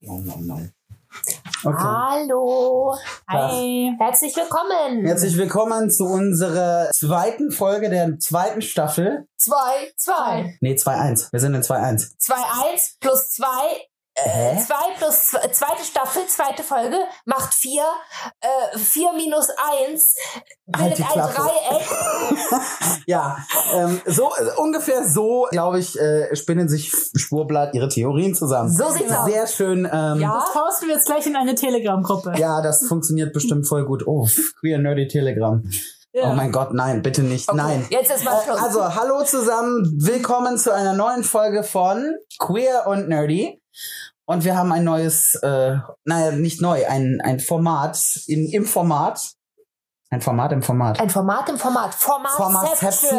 nom, nom, nom. Okay. Hallo. Hi. Herzlich willkommen. Herzlich willkommen zu unserer zweiten Folge der zweiten Staffel. Zwei, zwei. Nee, 2-1. Wir sind in 2-1. Zwei, eins plus zwei. Hä? Zwei plus zwe- zweite Staffel, zweite Folge macht vier. Äh, vier minus eins Halt bildet die ein Klappe. Dreieck. Ja, ähm, so äh, ungefähr so, glaube ich, äh, spinnen sich Spurblatt ihre Theorien zusammen. So sieht's aus. Sehr schön. Ähm, Ja. Das posten wir jetzt gleich in eine Telegram-Gruppe. ja, das funktioniert bestimmt voll gut. Oh, queer nerdy Telegram. Ja. Oh mein Gott, nein, bitte nicht. Nein. Jetzt ist mal Schluss. Also, hallo zusammen, willkommen zu einer neuen Folge von Queer und Nerdy. Und wir haben ein neues, äh, naja, nicht neu, ein, ein Format in, im Format. Ein Format im Format. ein Format im Format. Format. Formatception.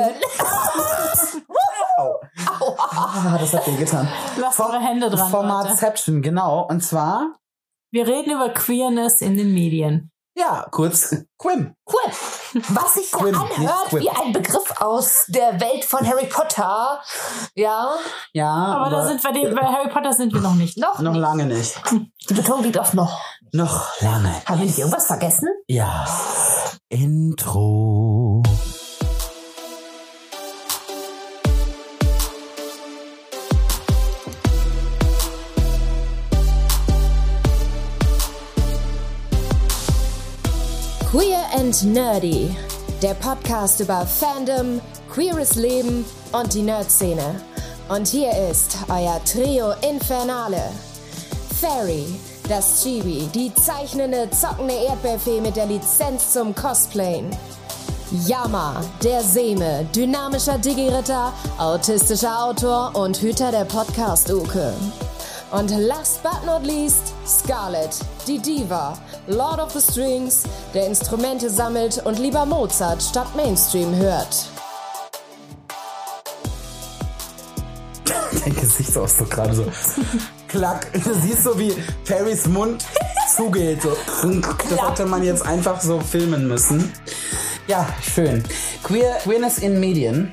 Au. Ah, das hat weh getan. Lasst Vor- eure Hände dran. Leute. Formatception, genau. Und zwar, Wir reden über Queerness in den Medien. ja, kurz Quim. Quip. Was sich ja Quim, nicht anhört Quip. wie ein Begriff aus der Welt von Harry Potter. Ja, Ja, Aber, da sind wir, den- bei Harry Potter sind wir noch nicht. noch, noch nicht. lange nicht. Die Betonung liegt auf noch. Noch lange. Haben wir nicht irgendwas vergessen? Ja. Intro. Queer and Nerdy, der Podcast über Fandom, queeres Leben und die Nerd-Szene. Und hier ist euer Trio Infernale. Fairy, das Chibi, die zeichnende, zockende Erdbeerfee mit der Lizenz zum Cosplayen. Yama, der Seme, dynamischer Digi-Ritter, autistischer Autor und Hüter der Podcast-Uke. Und last but not least, Scarlett, die Diva, Lord of the Strings, der Instrumente sammelt und lieber Mozart statt Mainstream hört. Dein Gesichtsausdruck gerade so. Klack. Du siehst so, wie Perrys Mund zugeht. So. Das hätte man jetzt einfach so filmen müssen. Ja, schön. Queer, Queerness in Medien.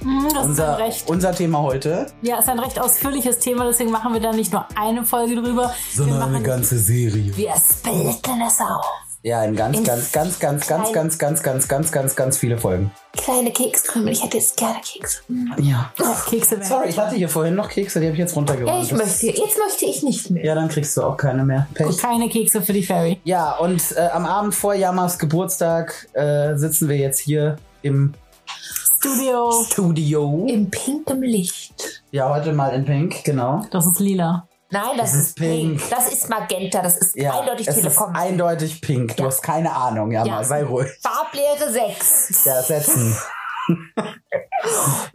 Hm, Das ist ein Unser, recht. unser Thema heute. Ja, ist ein recht ausführliches Thema, deswegen machen wir da nicht nur eine Folge drüber. wir machen ganze Serie. Wir splitten es auf. Ja, in ganz, In ganz, ganz, ganz, ganz, klein- ganz, ganz, ganz, ganz, ganz, ganz viele Folgen. Kleine Kekskrümel, ich hätte jetzt gerne Kekse. Ja. Ah, Kekse weg. Sorry, ich hatte hier vorhin noch Kekse, die habe ich jetzt runtergeräumt. Ja, ich Das- möchte, jetzt möchte ich nicht mehr. Ja, dann kriegst du auch keine mehr. Pech. Keine Kekse für die Fairy. Ja, und äh, am Abend vor Yamas Geburtstag äh, sitzen wir jetzt hier im Studio. Studio. In pinkem Licht. Ja, heute mal in Pink, genau. Das ist lila. Nein, das, ist ist pink. pink. Das ist Magenta, das ist Ja, eindeutig es Telekom. Ist eindeutig Pink. Du hast keine Ahnung, Yama, Ja. sei ruhig. Farblehre 6. Ja, setzen.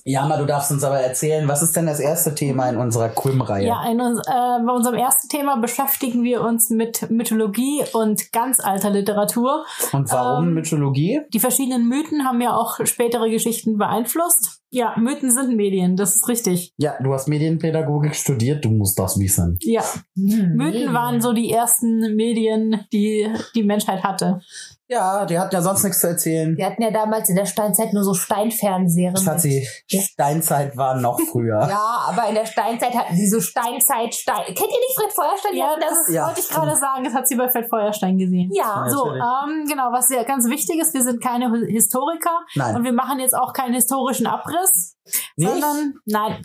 Yama, du darfst uns aber erzählen, was ist denn das erste Thema in unserer Quim-Reihe? Ja, in uns, äh, bei unserem ersten Thema beschäftigen wir uns mit Mythologie und ganz alter Literatur. Und warum Ähm, Mythologie? Die verschiedenen Mythen haben ja auch spätere Geschichten beeinflusst. Ja, Mythen sind Medien, das ist richtig. Ja, du hast Medienpädagogik studiert, du musst das wissen. Ja, Hm, Mythen waren so die ersten Medien, die die Menschheit hatte. Ja, die hatten ja sonst nichts zu erzählen. Wir hatten ja damals in der Steinzeit nur so Steinfernsehen. Das hat sie, Ja. Steinzeit war noch früher. Ja, aber in der Steinzeit hatten sie so Steinzeit, Stein. Kennt ihr nicht Fred Feuerstein? Die Ja, hatten das Ja. wollte ich gerade sagen, das hat sie bei Feld Feuerstein gesehen. Ja. So, natürlich. ähm, genau, was ja ganz wichtig ist, wir sind keine Hi- Historiker Nein. und wir machen jetzt auch keinen historischen Abriss, Nicht? sondern nein,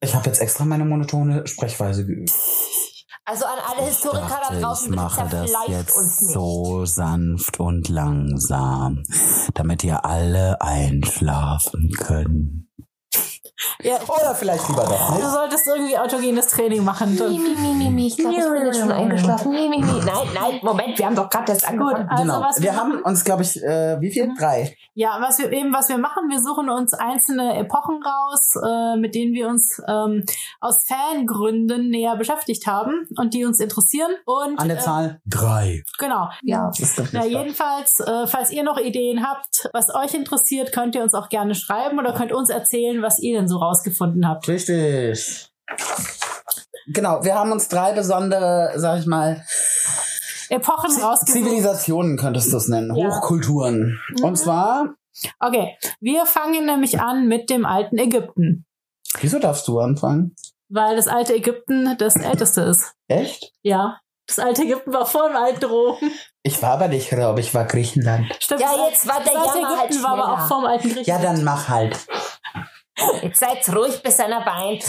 Ich habe jetzt extra meine monotone Sprechweise geübt. Also an alle Historiker da draußen, bitte zerfleischt uns nicht. sanft und langsam, damit ihr alle einschlafen könnt. Ja. Oder vielleicht lieber doch du Also, nicht. solltest irgendwie autogenes Training machen. Mi, mi, mi, mi, mi. Ich glaube, ich bin jetzt schon eingeschlafen. Mi, mi, mi. Nein, nein, Moment, wir haben doch gerade erst Gut, angefangen. also genau. was wir haben uns, glaube ich, äh, wie Mhm. viel? Drei. Ja, was wir eben, was wir machen, wir suchen uns einzelne Epochen raus, äh, mit denen wir uns ähm, aus Fangründen näher beschäftigt haben und die uns interessieren. Und An der äh, Zahl? Drei. genau. Ja. Das ist doch Na, nicht wahr. jedenfalls, äh, falls ihr noch Ideen habt, was euch interessiert, könnt ihr uns auch gerne schreiben oder könnt uns erzählen, was ihr denn so rausgefunden habt. Richtig. Genau, wir haben uns drei besondere, sag ich mal, Epochen rausgefunden. Zivilisationen könntest du es nennen, Ja. Hochkulturen. Mhm. Und zwar, Okay, wir fangen nämlich an mit dem alten Ägypten. wieso darfst du anfangen? weil das alte Ägypten das älteste ist. Echt? Ja. Das alte Ägypten war vor dem alten Rom. Ich war aber nicht, glaube ich, war Griechenland. Stimmt, Ja, das alte- jetzt war der Das alte Jammer halt Ägypten war aber schneller. auch vor dem alten Griechenland. Ja, dann mach halt. Jetzt seid ruhig, bis einer weint.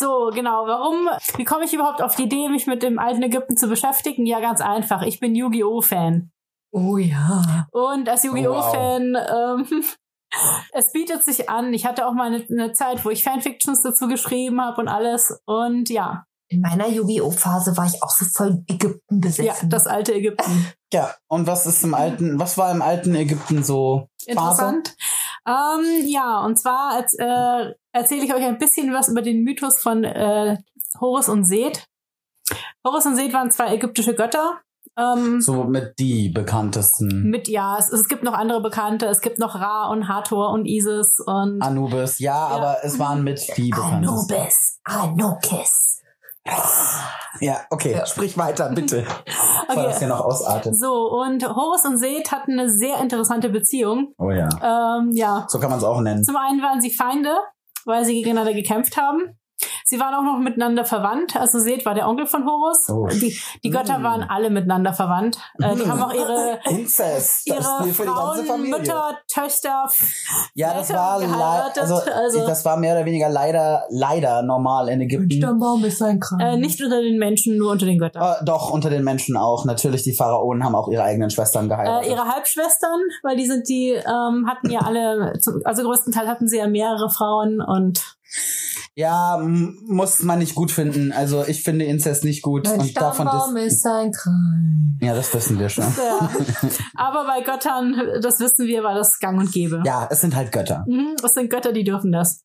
So, genau. Warum? Wie komme ich überhaupt auf die Idee, mich mit dem alten Ägypten zu beschäftigen? Ja, ganz einfach. Ich bin Yu-Gi-Oh!-Fan. Oh ja. Und als Yu-Gi-Oh!-Fan, ähm, es bietet sich an. Ich hatte auch mal eine, eine Zeit, wo ich Fanfictions dazu geschrieben habe und alles. Und ja, In meiner Yu-Gi-Oh!-Phase war ich auch so voll Ägypten ja besessen. das alte Ägypten. Ja, und was ist im alten, was war im alten Ägypten so Phase? Interessant. Ähm, ja, und zwar als, äh, erzähle ich euch ein bisschen was über den Mythos von äh, Horus und Seth. Horus und Seth waren zwei ägyptische Götter. Ähm, So mit die bekanntesten. Mit ja, es, es gibt noch andere Bekannte. Es gibt noch Ra und Hathor und Isis und Anubis, ja, aber es waren mit die bekanntesten. Anubis, Anubis. Ja, okay, sprich weiter, bitte. Bevor das hier noch ausartet. so. Und Horus und Seth hatten eine sehr interessante Beziehung. Oh ja. Ähm, ja, So kann man es auch nennen. zum einen waren sie Feinde, weil sie gegeneinander gekämpft haben. Sie waren auch noch miteinander verwandt. Also Seth war der Onkel von Horus. Oh. Die, die Götter Mm. waren alle miteinander verwandt. Äh, die Mm. haben auch ihre Inzest, ihre das Spiel für die ganze Frauen, Familie. Mütter, Töchter. ja, das Väter war geheiratet, leider, also, also- das war mehr oder weniger leider, leider normal in Ägypten. Baum ist ein Kram. Äh, nicht unter den Menschen, nur unter den Göttern. Äh, doch, unter den Menschen auch. Natürlich, die Pharaonen haben auch ihre eigenen Schwestern Äh, geheiratet. ihre Halbschwestern, weil die sind die, ähm, hatten ja alle, zum, also größtenteils hatten sie ja mehrere Frauen und ja, m- muss man nicht gut finden. Also ich finde Inzest nicht gut. und davon dis- ist ein Kram. ja, das wissen wir schon. ja. aber bei Göttern, das wissen wir, war das gang und gäbe. Ja, es sind halt Götter. Mhm, das sind Götter, die dürfen das.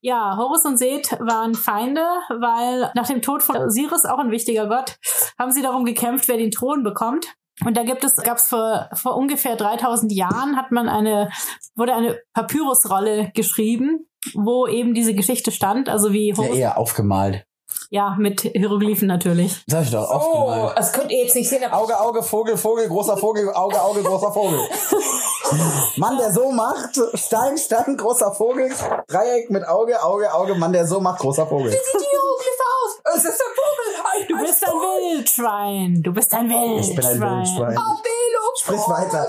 Ja, Horus und Seth waren Feinde, weil nach dem Tod von Osiris, auch ein wichtiger Gott, haben sie darum gekämpft, wer den Thron bekommt. Und da gibt es, gab es vor, vor ungefähr 3000 Jahren, hat man eine, wurde eine Papyrusrolle geschrieben, wo eben diese Geschichte stand, also wie Ja, Horus eher aufgemalt. Ja, mit Hieroglyphen natürlich. Das hab ich doch Oh, aufgemalt. das könnt ihr jetzt nicht sehen, aber Auge, Auge, Vogel, Vogel, großer Vogel, Auge, Auge, großer Vogel. Mann, der so macht, Stein, Stein, großer Vogel, Dreieck mit Auge, Auge, Auge, Mann, der so macht, großer Vogel. sieht die Hieroglyphe aus. Es ist ein Vogel. Ein, Du bist ein Wildschwein. Du bist ein Wildschwein. Ich bin ein Wildschwein. Oh, Abelo. Sprich weiter.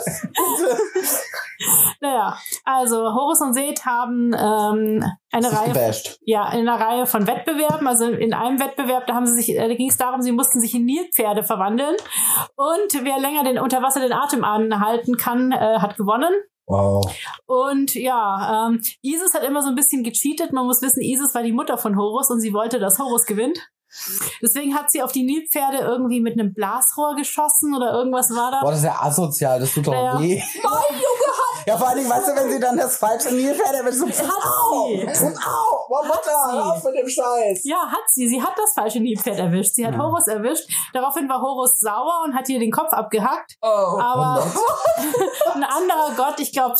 Naja, also Horus und Seth haben ähm, eine Sich Reihe gebasht. ja, in einer Reihe von Wettbewerben. Also in einem Wettbewerb, da haben sie sich, äh, da ging es darum, sie mussten sich in Nilpferde verwandeln. Und wer länger den unter Wasser den Atem anhalten kann, äh, hat gewonnen. Wow. Und ja, ähm, Isis hat immer so ein bisschen gecheatet. Man muss wissen, Isis war die Mutter von Horus und sie wollte, dass Horus gewinnt. Deswegen hat sie auf die Nilpferde irgendwie mit einem Blasrohr geschossen oder irgendwas war da. Boah, das ist ja asozial, das tut doch Naja. weh. Ja, vor allen Dingen, weißt du, wenn sie dann das falsche Nilpferd erwischt, so, au, sie. au, boah, Mutter, hör auf mit dem Scheiß. Ja, hat sie. Sie hat das falsche Nilpferd erwischt. Sie hat Horus erwischt. Daraufhin war Horus sauer und hat ihr den Kopf abgehackt. Oh. Aber ein anderer Gott, ich glaube,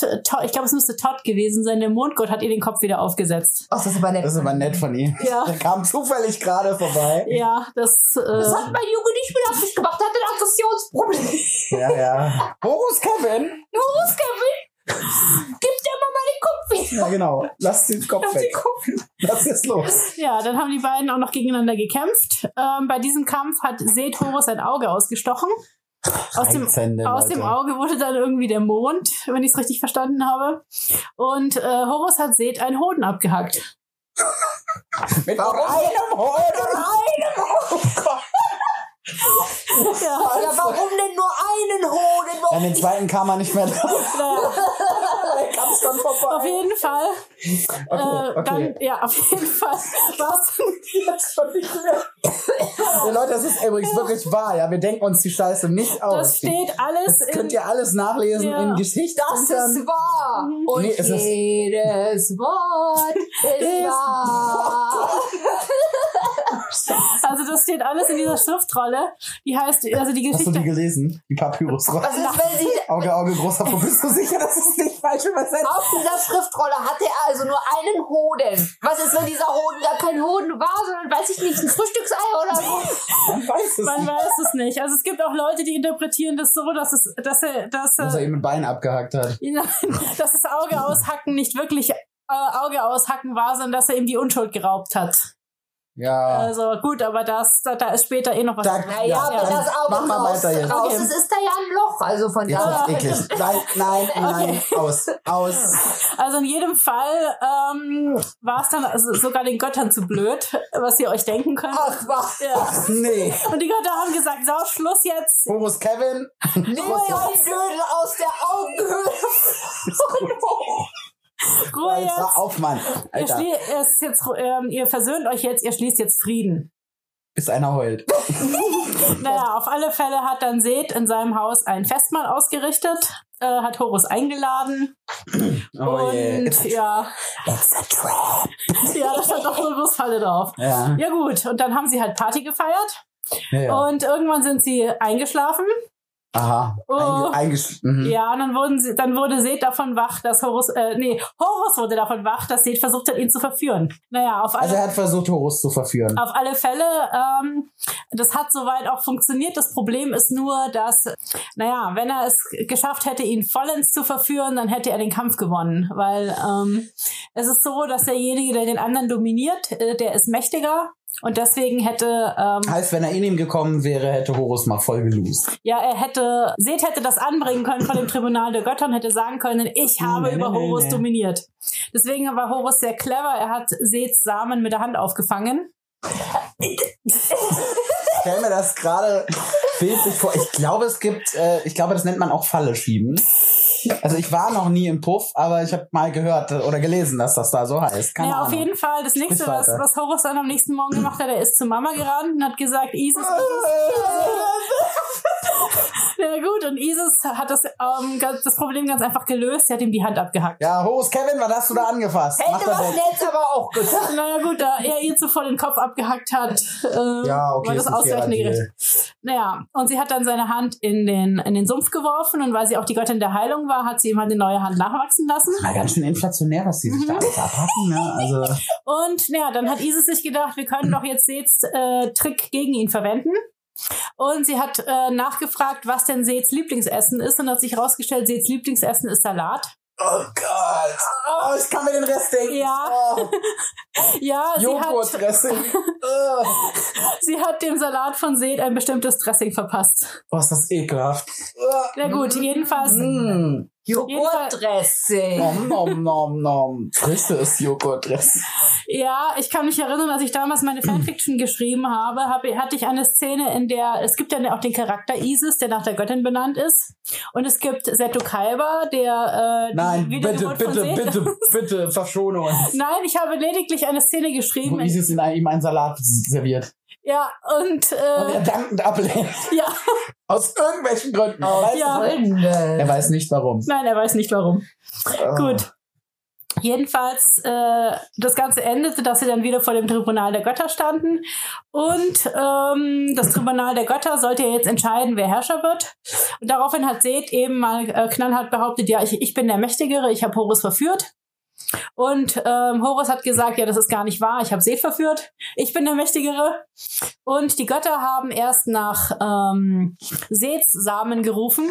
ich glaub, es müsste Todd gewesen sein, der Mondgott, hat ihr den Kopf wieder aufgesetzt. Oh, das ist aber nett. Das ist aber nett von ihm. Ja. Der kam zufällig gerade vorbei. Ja, das. Äh, Das hat mein Junge nicht mehr auf mich gemacht. Der hat ein Aggressionsproblem. Ja, ja. Horus Kevin. Los, Kevin. Gib dir mal meinen Kopf Ja, wieder. genau. Lass den Kopf Die weg. Kopf. Lass jetzt los. ja, dann haben die beiden auch noch gegeneinander gekämpft. Ähm, bei diesem Kampf hat Seth Horus ein Auge ausgestochen. Aus dem, Reizende aus dem Leute. Auge wurde dann irgendwie der Mond, wenn ich es richtig verstanden habe. Und äh, Horus hat Seth einen Hoden abgehackt. Mit einem Oh Horn. Ja. Ja, warum denn nur einen Hoden? An den zweiten kam er nicht mehr drauf. Naja. Der kam schon Auf vorbei. jeden Fall. Okay, äh, Oh, okay. Dann, ja, auf jeden Fall war's. Jetzt schon nicht mehr. Ja, Leute, das ist übrigens wirklich wahr. Ja, wir denken uns die Scheiße nicht aus. Das steht alles Oh, Das in. könnt ihr alles nachlesen Ja. in Geschichte. Das Ähm, ist wahr. Und Nee, es ist- jedes Wort ist Ist- wahr. Also das steht alles in dieser Schriftrolle. Die heißt, also die Hast du Geschichte. die gelesen? Die Papyrusrolle. Was ist, wenn sie Auge, Auge, großer Vogel. Bist du sicher, dass es nicht falsch übersetzt? auf dieser Schriftrolle hatte er also nur einen Hoden. Was ist, wenn dieser Hoden gar kein Hoden war, sondern weiß ich nicht, ein Frühstücksei oder so? Man weiß es man nicht. weiß es nicht. Also es gibt auch Leute, die interpretieren das so, dass es, dass er, dass, Dass er er, ihm ein Bein abgehackt hat. dass das Auge aushacken nicht wirklich äh, Auge aushacken war, sondern dass er ihm die Unschuld geraubt hat. Ja. Also gut, aber das, da, da ist später eh noch was. Ah. Da- dran. Naja, Ja, wenn dann das Auge mach mal raus, weiter jetzt. raus Okay. ist, ist da ja ein Loch. Also von Jetzt daher. wird's eklig. Nein, nein, nein, aus, aus. Also in jedem Fall ähm, war es dann also sogar den Göttern zu blöd, was ihr euch denken könnt. Ach, was? Ja. Ach nee. Und die Götter haben gesagt, so, Schluss jetzt. Horus Kevin. Nimm oh dein Dödel aus der Augenhöhle. Ruhe Hör jetzt. auf, Mann. Ihr, Alter, schlie es ist jetzt ru- ähm, ihr versöhnt euch jetzt, ihr schließt jetzt Frieden. bis einer heult. Naja, auf alle Fälle hat dann Seth in seinem Haus ein Festmahl ausgerichtet, äh, hat Horus eingeladen. Oh und je. ja, It's a trap. ja, da stand noch so eine Busfalle drauf. Ja. Ja gut, und dann haben sie halt Party gefeiert ja, ja. und irgendwann sind sie eingeschlafen. Aha. Oh. Einge eingesch mhm. Ja, und dann, wurden sie, dann wurde Seth davon wach, dass Horus, äh, nee, Horus wurde davon wach, dass Seth versucht hat, ihn zu verführen. Naja, auf alle Also er hat versucht, Horus zu verführen. Auf alle Fälle, ähm, das hat soweit auch funktioniert. Das Problem ist nur, dass, naja, wenn er es geschafft hätte, ihn vollends zu verführen, dann hätte er den Kampf gewonnen. Weil ähm, es ist so, dass derjenige, der den anderen dominiert, äh, der ist mächtiger. Und deswegen hätte, ähm, Heißt, wenn er in ihm gekommen wäre, hätte Horus mal voll gelost. ja, er hätte, Seth hätte das anbringen können vor dem Tribunal der Götter und hätte sagen können, ich habe Nee, über nee, Horus nee. dominiert. Deswegen war Horus sehr clever. Er hat Seths Samen mit der Hand aufgefangen. Ich stell mir das gerade bildlich vor. Ich glaube, es gibt, äh, ich glaube, das nennt man auch Falle schieben. Also ich war noch nie im Puff, aber ich habe mal gehört oder gelesen, dass das da so heißt. Keine ja, Ahnung. auf jeden Fall. Das nächste, was, weiter. was Horus dann am nächsten Morgen gemacht hat, er ist zu Mama gerannt und hat gesagt, Isis, na gut, und Isis hat das, ähm, ganz- das Problem ganz einfach gelöst. Sie hat ihm die Hand abgehackt. Ja, Horus Kevin, was hast du da angefasst? Mach Hätte da was weg. Netz aber auch gesagt. Na ja, gut, da er ihr zuvor den Kopf abgehackt hat, äh, Ja, okay, war ist das ein fairer ausreichende Deal. Gericht. Naja, und sie hat dann seine Hand in den, in den Sumpf geworfen und weil sie auch die Göttin der Heilung war, hat sie ihm halt eine neue Hand nachwachsen lassen. Na, ganz schön inflationär, was die sich da Mhm. alles abhacken, ne? Also, Und naja, dann hat Isis sich gedacht, wir können doch jetzt Seths äh, Trick gegen ihn verwenden. Und sie hat äh, nachgefragt, was denn Seths Lieblingsessen ist und hat sich herausgestellt, Seths Lieblingsessen ist Salat. oh Gott. Oh, ich kann mir den Rest denken. Ja. Oh, Ja, sie hat, Joghurtdressing. Ugh. sie hat dem Salat von Seth ein bestimmtes Dressing verpasst. oh, ist das ekelhaft. Oh. Na gut, Mhm. jedenfalls. Mm. Joghurtdressing. Nom, nom, nom, nom. Frisches Joghurtdressing. Ja, ich kann mich erinnern, als ich damals meine Fanfiction geschrieben habe, hab, hatte ich eine Szene, in der es gibt dann auch den Charakter Isis, der nach der Göttin benannt ist. Und es gibt Seto Kaiba, der äh, Nein, die bitte, Wiedergeburt von bitte, Seth bitte, bitte, verschone uns. Nein, ich habe lediglich eine Szene Wo geschrieben. Isis in ein- ihm einen Salat serviert. ja, Und und er äh, dankend ablehnt. ja, Aus irgendwelchen Gründen. Er weiß, Ja. er weiß nicht warum. nein, er weiß nicht warum. Oh. Gut. Jedenfalls, äh, das Ganze endete, dass sie dann wieder vor dem Tribunal der Götter standen. Und ähm, das Tribunal der Götter sollte ja jetzt entscheiden, wer Herrscher wird. Und daraufhin hat Seth eben mal äh, knallhart behauptet, ja, ich, ich bin der Mächtigere, ich habe Horus verführt. Und ähm, Horus hat gesagt, ja, das ist gar nicht wahr, ich habe Seth verführt, ich bin der Mächtigere. Und die Götter haben erst nach ähm, Seths Samen gerufen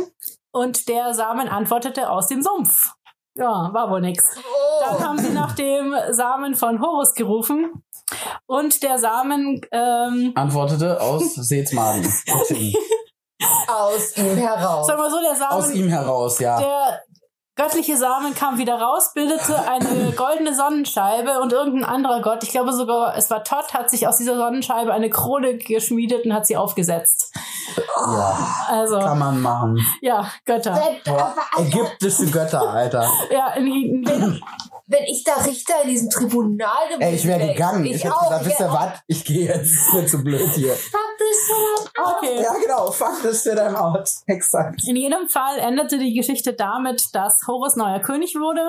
und der Samen antwortete aus dem Sumpf. Ja, war wohl nix. Dann haben sie nach dem Samen von Horus gerufen und der Samen, ähm, Antwortete aus Seths Magen. Aus ihm heraus. sagen wir so, der Samen, aus ihm heraus, ja. der göttliche Samen kam wieder raus, bildete eine goldene Sonnenscheibe und irgendein anderer Gott, ich glaube sogar, es war Todd, hat sich aus dieser Sonnenscheibe eine Krone geschmiedet und hat sie aufgesetzt. ja. Also, Kann man machen. ja, Götter. Äh. Boah, also- ägyptische Götter, Alter. Ja, in, in, Wenn ich da Richter in diesem Tribunal gewesen Ey, ich wäre gegangen. Ich, Ich, hätte auch. gesagt, wisst ihr wär auch- was? Ich gehe jetzt. Ist mir zu blöd hier. Fuck this shit up. okay. Ja, genau. Fuck this shit, I'm out. Exakt. In jedem Fall endete die Geschichte damit, dass Horus neuer König wurde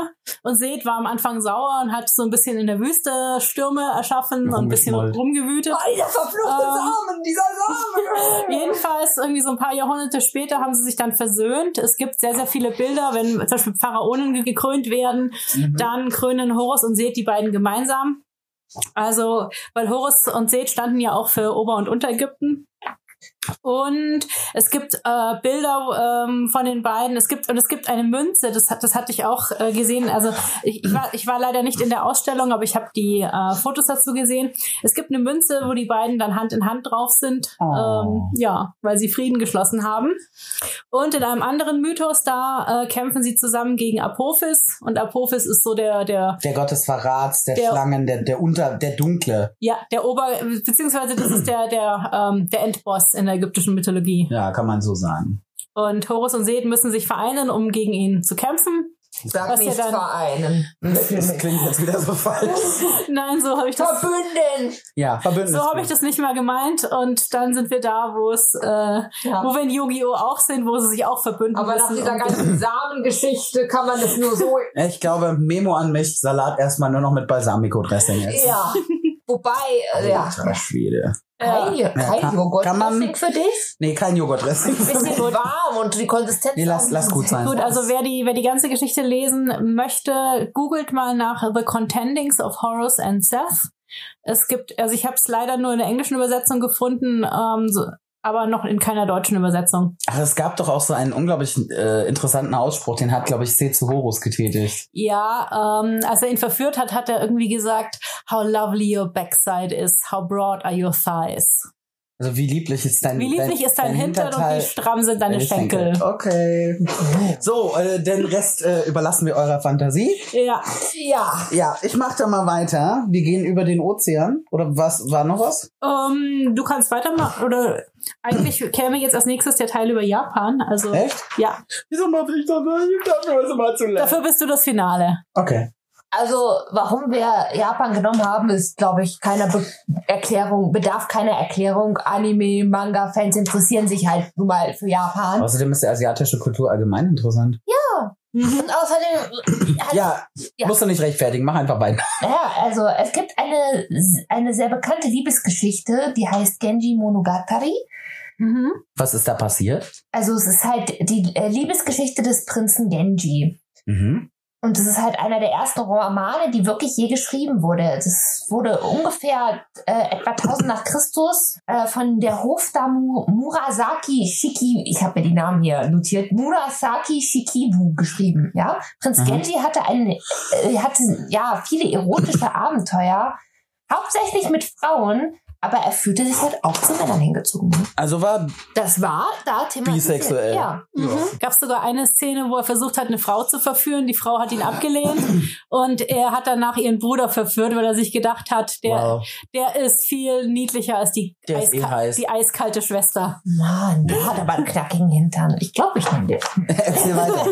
und Seth war am Anfang sauer und hat so ein bisschen in der Wüste Stürme erschaffen und ein bisschen Rumgeschmollt. rumgewütet. Oh, dieser verfluchte Ähm. Samen, dieser Samen. Jedenfalls, irgendwie so ein paar Jahrhunderte später haben sie sich dann versöhnt. Es gibt sehr, sehr viele Bilder, wenn zum Beispiel Pharaonen ge- gekrönt werden, dann krönen Horus und Seth die beiden gemeinsam. Also, weil Horus und Seth standen ja auch für Ober- und Unterägypten. Und es gibt äh, Bilder ähm, von den beiden. Es gibt und es gibt eine Münze. Das hat das hatte ich auch äh, gesehen. Also ich, ich war ich war leider nicht in der Ausstellung, aber ich habe die äh, Fotos dazu gesehen. Es gibt eine Münze, wo die beiden dann Hand in Hand drauf sind. Oh. Ähm, ja, weil sie Frieden geschlossen haben. Und in einem anderen Mythos da äh, kämpfen sie zusammen gegen Apophis und Apophis ist so der der Der Gott des Verrats, der, Der- Schlangen, der, der Unter, der Dunkle. ja der Ober beziehungsweise das ist der der ähm, der Endboss in der ägyptischen Mythologie. Ja, kann man so sagen. Und Horus und Seth müssen sich vereinen, um gegen ihn zu kämpfen. Sag Was nicht ja dann- vereinen. Das klingt jetzt wieder so falsch. Nein, so habe ich das. Verbünden. Ja, Verbündnis. So habe ich das nicht mal gemeint. Und dann sind wir da, wo es, äh, Ja. wo wir in Yu-Gi-Oh! auch sind, wo sie sich auch verbünden Aber nach müssen. dieser Und- ganzen Samengeschichte kann man das nur so. Ja, Ich glaube, Memo an mich, Salat erstmal nur noch mit Balsamico-Dressing jetzt. ja. Wobei, äh, ja. Alter Schwede. Kein, kein kann- Joghurt. kann man- Dressing für dich? Nee, kein Joghurtdressing. Bisschen warm und die Konsistenz. Nee, lass, lass gut sein. Gut, also wer die, wer die ganze Geschichte lesen möchte, googelt mal nach The Contendings of Horus and Seth. Es gibt, also ich habe es leider nur in der englischen Übersetzung gefunden, ähm, so, aber noch in keiner deutschen Übersetzung. Ach, es gab doch auch so einen unglaublich äh, interessanten Ausspruch, den hat, glaube ich, Sezu Horus getätigt. Ja, ähm, als er ihn verführt hat, hat er irgendwie gesagt, how lovely your backside is, how broad are your thighs. Also wie lieblich ist dein Wie lieblich dein, ist dein, Hintern und wie stramm sind deine Schenkel. Okay. So, äh, den Rest äh, überlassen wir eurer Fantasie. Ja, Ja. Ja, ich mach da mal weiter. Wir gehen über den Ozean. Oder was? War noch was? ähm, du kannst weitermachen. Oder eigentlich käme jetzt als nächstes der Teil über Japan. Also Echt? ja, Wieso mach ich das? nicht? Dafür ist immer zu lang. dafür bist du das Finale. Okay. Also, warum wir Japan genommen haben, ist, glaube ich, keiner Be Erklärung, bedarf keiner Erklärung. Anime, Manga, Fans interessieren sich halt nun mal für Japan. Außerdem ist die asiatische Kultur allgemein interessant. Und außerdem, hat- Ja, Ja. musst du nicht rechtfertigen. Mach einfach weiter. ja, also, es gibt eine, eine sehr bekannte Liebesgeschichte, die heißt Genji Monogatari. Mhm. Was ist da passiert? Also, es ist halt die äh, Liebesgeschichte des Prinzen Genji. Mhm. Und das ist halt einer der ersten Romane, die wirklich je geschrieben wurde. Das wurde ungefähr äh, etwa 1000 nach Christus äh, von der Hofdame Murasaki Shiki, ich habe mir die Namen hier notiert, Murasaki Shikibu geschrieben. Ja, Prinz Mhm. Genji hatte einen, äh, hatte ja viele erotische Abenteuer, hauptsächlich mit Frauen, aber er fühlte sich halt auch zu Männern hingezogen. ne? Also war Das war da Thema. bisexuell. Ja. Mhm. Gab sogar eine Szene, wo er versucht hat, eine Frau zu verführen. Die Frau hat ihn abgelehnt und er hat danach ihren Bruder verführt, weil er sich gedacht hat, der, Wow. der ist viel niedlicher als die, Der ist eh eiska- heiß. die eiskalte Schwester. Mann, der hat aber einen knackigen Hintern. Ich glaube, ich nehme den. Erzähl weiter.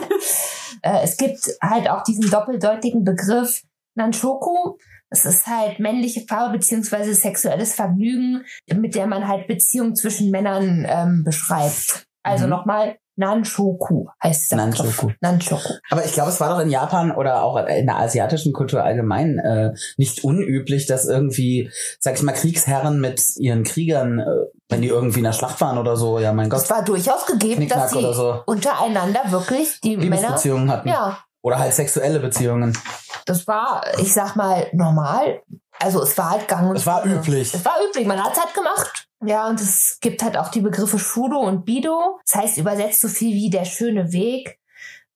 Äh, es gibt halt auch diesen doppeldeutigen Begriff Nanshoku. Es ist halt männliche Farbe beziehungsweise sexuelles Vergnügen, mit der man halt Beziehungen zwischen Männern ähm, beschreibt. Also Mhm. nochmal Nanshoku heißt das. Nanshoku. Nanshoku. Aber ich glaube, es war doch in Japan oder auch in der asiatischen Kultur allgemein äh, nicht unüblich, dass irgendwie, sag ich mal, Kriegsherren mit ihren Kriegern, äh, wenn die irgendwie in der Schlacht waren oder so, ja, mein Es Gott, war durchaus gegeben, Knickknack dass sie oder so, untereinander wirklich die Männer. Liebesbeziehungen hatten. Ja, Oder halt sexuelle Beziehungen. das war, ich sag mal, normal. Also es war halt gang und Es war gäbe. üblich. Es war üblich, man hat's halt gemacht. Ja, und es gibt halt auch die Begriffe Shudo und Bido. Das heißt übersetzt so viel wie der schöne Weg.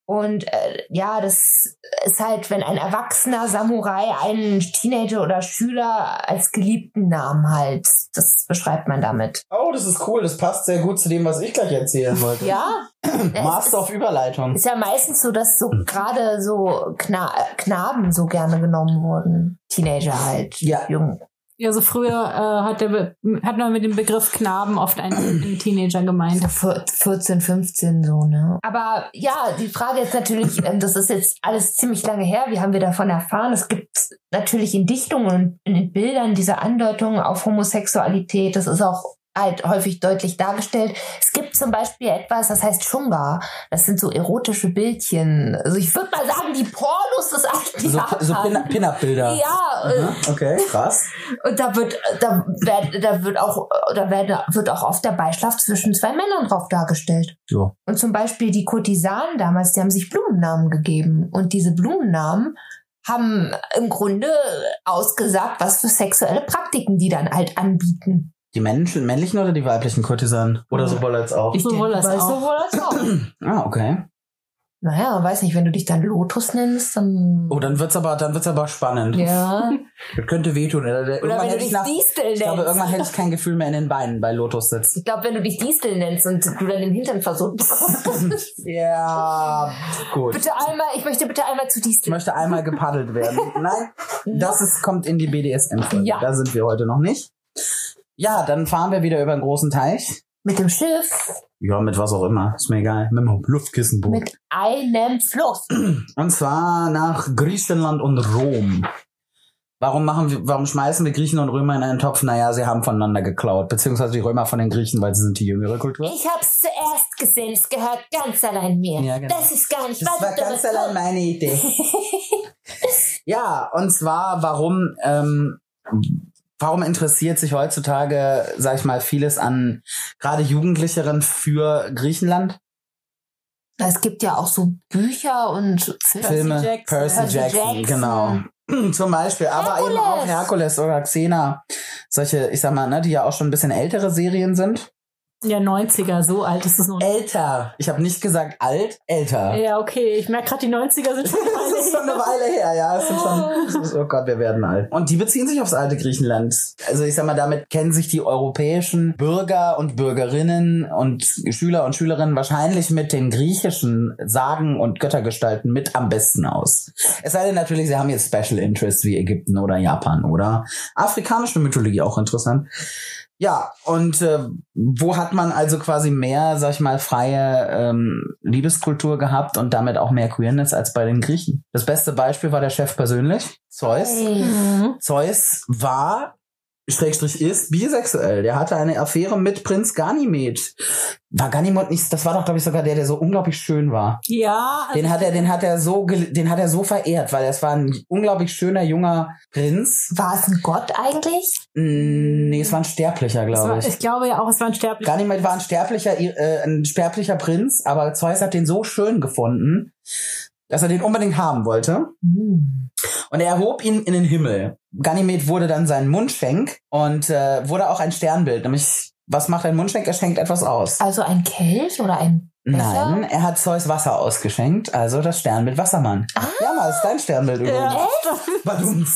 Und äh, ja, das ist halt, wenn ein erwachsener Samurai einen Teenager oder Schüler als geliebten Namen halt. Das beschreibt man damit. Oh, das ist cool. Das passt sehr gut zu dem, was ich gleich erzählen wollte. Ja, es ist, Master auf Überleitung. ist ja meistens so, dass so gerade so Kna Knaben so gerne genommen wurden. Teenager halt. Ja. Jung. Ja, so früher äh, hat, der Be hat man mit dem Begriff Knaben oft einen, einen Teenager gemeint. Ja, vier- 14, 15 so, ne? Aber ja, die Frage ist natürlich, ähm, das ist jetzt alles ziemlich lange her, wie haben wir davon erfahren? Es gibt natürlich in Dichtungen und in Bildern diese Andeutungen auf Homosexualität, das ist auch halt häufig deutlich dargestellt. Es gibt zum Beispiel etwas, das heißt Shunga. Das sind so erotische Bildchen. Also ich würde mal sagen, die Pornos des alten So, Japan. so Pin- Pin-Up-Bilder. ja, äh, Mhm, Okay, krass. und da wird, da, werd, da wird auch, da werden, wird auch oft der Beischlaf zwischen zwei Männern drauf dargestellt. Ja. Und zum Beispiel die Kurtisanen damals, die haben sich Blumennamen gegeben. Und diese Blumennamen haben im Grunde ausgesagt, was für sexuelle Praktiken die dann halt anbieten. Die Menschen, männlichen oder die weiblichen Kurtisanen? Oder sowohl als auch? Ich- Sowohl als denke mal, auch. Sowohl als auch. Ah, okay. naja, weiß nicht, wenn du dich dann Lotus nennst, dann. Oh, dann wird's aber, dann wird's aber spannend. ja. Das könnte wehtun. Äh, Oder, Oder wenn du dich ich, nach, Distel nennst. ich glaube, irgendwann hätte ich kein Gefühl mehr in den Beinen bei Lotus sitzt. Ich glaube, wenn du dich Distel nennst und du dann den Hintern versucht bekommst. Ja, gut. bitte einmal, ich möchte bitte einmal zu Ich Distel. möchte einmal gepaddelt werden. Nein, das ist, kommt in die BDSM-Folge. Ja. Da sind wir heute noch nicht. Ja, dann fahren wir wieder über einen großen Teich. Mit dem Schiff, Ja, mit was auch immer. Ist mir egal. Mit einem Luftkissenboot. mit einem Fluss. Und zwar nach Griechenland und Rom. Warum, machen wir, warum schmeißen wir Griechen und Römer in einen Topf? Naja, sie haben voneinander geklaut. Beziehungsweise die Römer von den Griechen, weil sie sind die jüngere Kultur. Ich hab's zuerst gesehen, es gehört ganz allein mir. Ja, genau. Das ist gar nicht Das war was ganz allein meine Idee. ja, und zwar, warum, ähm, warum interessiert sich heutzutage, sag ich mal, vieles an gerade Jugendlicheren für Griechenland? Es gibt ja auch so Bücher und Filme. Filme, Jackson. Percy Percy Jackson, Jackson. genau. Zum Beispiel, aber eben auch Herkules. Herkules oder Xena. Solche, ich sag mal, ne, die ja auch schon ein bisschen ältere Serien sind. Ja, 90er, so alt ist es noch. nicht. Älter. Ich habe nicht gesagt alt, älter. Ja, okay. Ich merke gerade, die 90er sind schon Das ist schon eine eine Weile her. Weile her, ja. Es sind schon, es ist, oh Gott, wir werden alt. Und die beziehen sich aufs alte Griechenland. Also ich sag mal, damit kennen sich die europäischen Bürger und Bürgerinnen und Schüler und Schülerinnen wahrscheinlich mit den griechischen Sagen und Göttergestalten mit am besten aus. Es sei denn natürlich, sie haben jetzt Special Interests wie Ägypten oder Japan oder afrikanische Mythologie auch interessant. Ja, und äh, wo hat man also quasi mehr, sag ich mal, freie ähm, Liebeskultur gehabt und damit auch mehr Queerness als bei den Griechen? Das beste Beispiel war der Chef persönlich, Zeus. Ey, Mhm. Zeus war, Schrägstrich ist, bisexuell. Der hatte eine Affäre mit Prinz Ganymed. War Ganymed nicht, das war doch, glaube ich, sogar der, der so unglaublich schön war. Ja, also Den hat er, den hat er so, gel- den hat er so verehrt, weil das war ein unglaublich schöner junger Prinz. War es ein Gott eigentlich? Mm, Nee, es war ein Sterblicher, also es glaube war, ich. ich glaube ja auch, es war ein Sterblicher. Ganymed war ein sterblicher, äh, ein sterblicher Prinz, aber Zeus hat den so schön gefunden, dass er den unbedingt haben wollte. Hm. Und er erhob ihn in den Himmel. Ganymed wurde dann sein Mundschenk und äh, wurde auch ein Sternbild. Nämlich, was macht ein Mundschenk? Er schenkt etwas aus. Also ein Kelch oder ein. Wasser? Nein, er hat Zeus Wasser ausgeschenkt, also das Sternbild Wassermann. Ja, mal, ist dein Sternbild übrigens. Ah. Ja. Badums.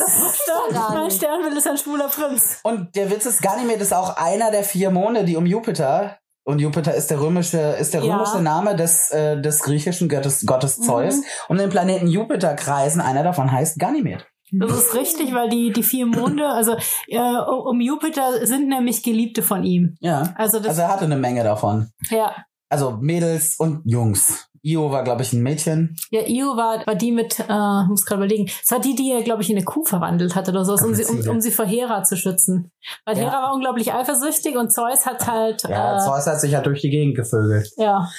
gar Mein nicht. Sternbild ist ein schwuler Prinz. Und der Witz ist, Ganymed ist auch einer der vier Monde, die um Jupiter. Und Jupiter ist der römische, ist der Ja. römische Name des, äh, des griechischen Gottes, Gottes Zeus. Um den Planeten Jupiter kreisen. Einer davon heißt Ganymed. Das ist richtig, weil die, die vier Monde, also äh, um Jupiter sind nämlich Geliebte von ihm. Ja. Also das, Also er hatte eine Menge davon. ja. Also Mädels und Jungs. Io war, glaube ich, ein Mädchen. Ja, Io war, war die mit, äh, muss gerade überlegen, es war die, die er, glaube ich, in eine Kuh verwandelt hat oder sowas, um sie, um, um sie vor Hera zu schützen. Weil Ja. Hera war unglaublich eifersüchtig und Zeus hat halt, Ja, äh, Zeus hat sich ja durch die Gegend gevögelt. ja,